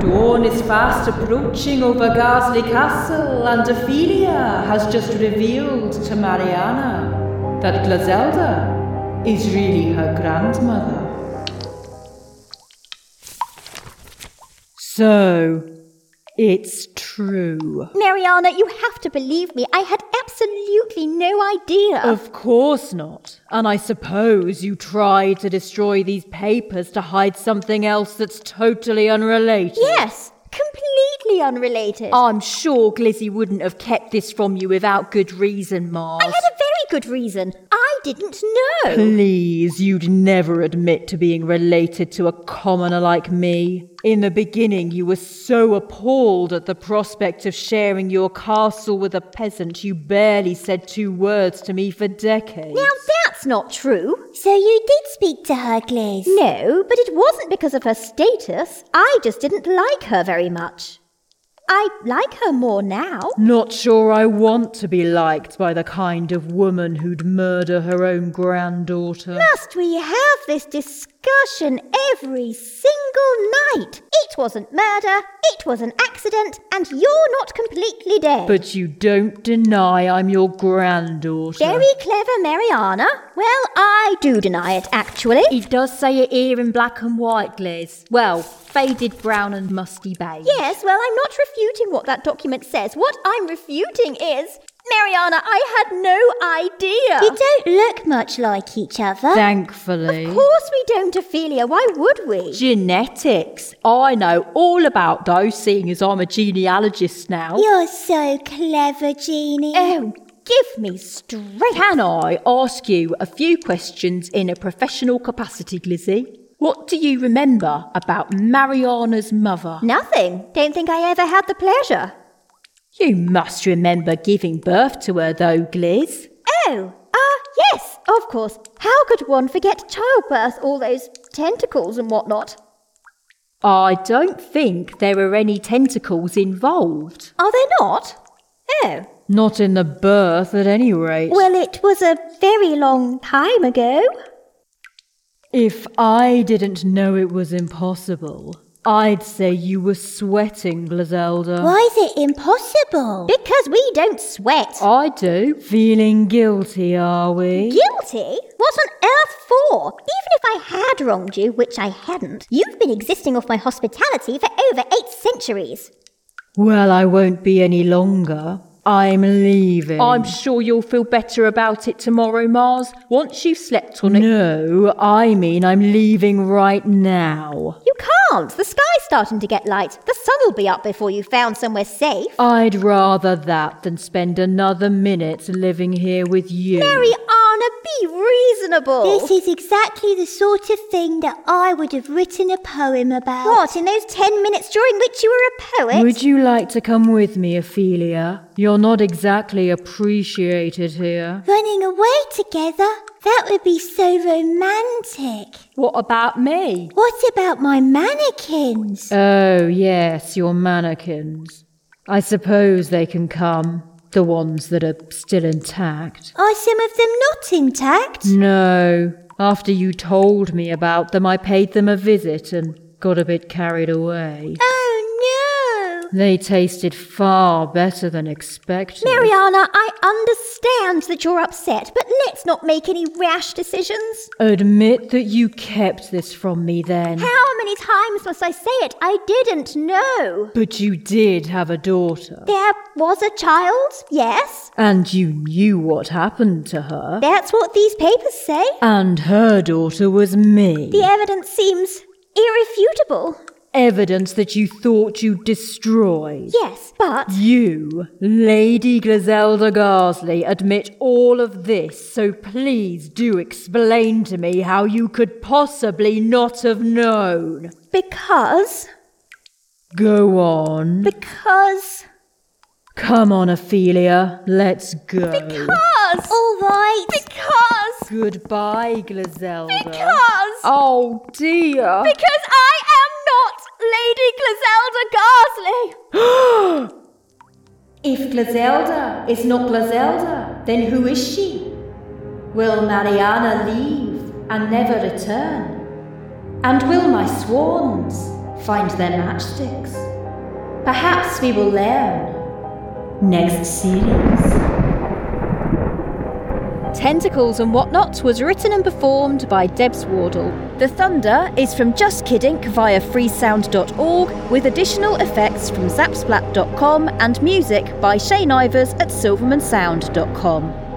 Dawn is fast approaching over Garsley Castle, and Ophelia has just revealed to Mariana that Glazelda is really her grandmother. So, it's true. Mariana, you have to believe me. I had absolutely no idea. Of course not. And I suppose you tried to destroy these papers to hide something else that's totally unrelated. yes, completely unrelated. I'm sure Glizzy wouldn't have kept this from you without good reason, Mars. I had a very good reason. I didn't Hmm. know. Please, you'd never admit to being related to a commoner like me. In the beginning, you were so appalled at the prospect of sharing your castle with a peasant, you barely said two words to me for decades. Now that's not true. So you did speak to her, Gliz? No, but it wasn't because of her status. I just didn't like her very much. I like her more now. Not sure I want to be liked by the kind of woman who'd murder her own granddaughter. Must we have this discussion every single night? It wasn't murder, it was an accident, and you're not completely dead. But you don't deny I'm your granddaughter. Very clever, Mariana. Well, I do deny it, actually. It does say it here in black and white, Gliz. Well, faded brown and musty beige. Yes, well, I'm not refuting what that document says. What I'm refuting is. Mariana, I had no idea. You don't look much like each other. Thankfully. Of course we don't, Ophelia. Why would we? Genetics. I know all about those, seeing as I'm a genealogist now. You're so clever, Jeannie. Oh, give me straight. Can I ask you a few questions in a professional capacity, Glizzy? What do you remember about Mariana's mother? Nothing. Don't think I ever had the pleasure. You must remember giving birth to her, though, Gliz. Oh, ah, yes, of course. How could one forget childbirth, all those tentacles and whatnot? I don't think there were any tentacles involved. Are they not? Oh. Not in the birth, at any rate. Well, it was a very long time ago. If I didn't know it was impossible, I'd say you were sweating, Glazelda. Why is it impossible? Because we don't sweat. I do. Feeling guilty, are we? Guilty? What on earth for? Even if I had wronged you, which I hadn't, you've been existing off my hospitality for over eight centuries. well, I won't be any longer. I'm leaving. I'm sure you'll feel better about it tomorrow, Mars, once you've slept on it. No, I mean I'm leaving right now. You can't. The sky's starting to get light. The sun'll be up before you found somewhere safe. I'd rather that than spend another minute living here with you. Mariana, be reasonable. Hmm. This is exactly the sort of thing that I would have written a poem about. what, in those ten minutes during which you were a poet? Would you like to come with me, Ophelia? You're not exactly appreciated here. Running away together? That would be so romantic. What about me? What about my Uh. mannequins? Oh, yes, your mannequins. I suppose they can come, the ones that are still intact. Are some of them not intact? No, after you told me about them, I paid them a visit and got a bit carried away. Oh no! They tasted far better than expected. Mariana, I understand that you're upset, but let's not make any rash decisions. Admit that you kept this from me then. How many times must I say it? I didn't know. But you did have a daughter. There was a child, yes. And you knew what happened to her. That's what these papers say. And her daughter was me. The e- evidence seems irrefutable. Evidence that you thought you destroyed. Yes, but You, Lady Griselda Garsley, admit all of this, so please do explain to me how you could possibly not have known. because. Go on. Because. Come on, Ophelia. Let's go. Because. All right. Because. Goodbye, Griselda. Because. Oh dear. Because I am not Lady Glazelda Garsley. If Glazelda is not Glazelda, then who is she? Will Mariana leave and never return? And will my swans find their matchsticks. Perhaps we will learn. Next series. Tentacles and Whatnot was written and performed by Debs Wardle. The Thunder is from Just Kiddink via freesound.org with additional effects from zapsplat.com and music by Shane Ivers at silvermansound.com.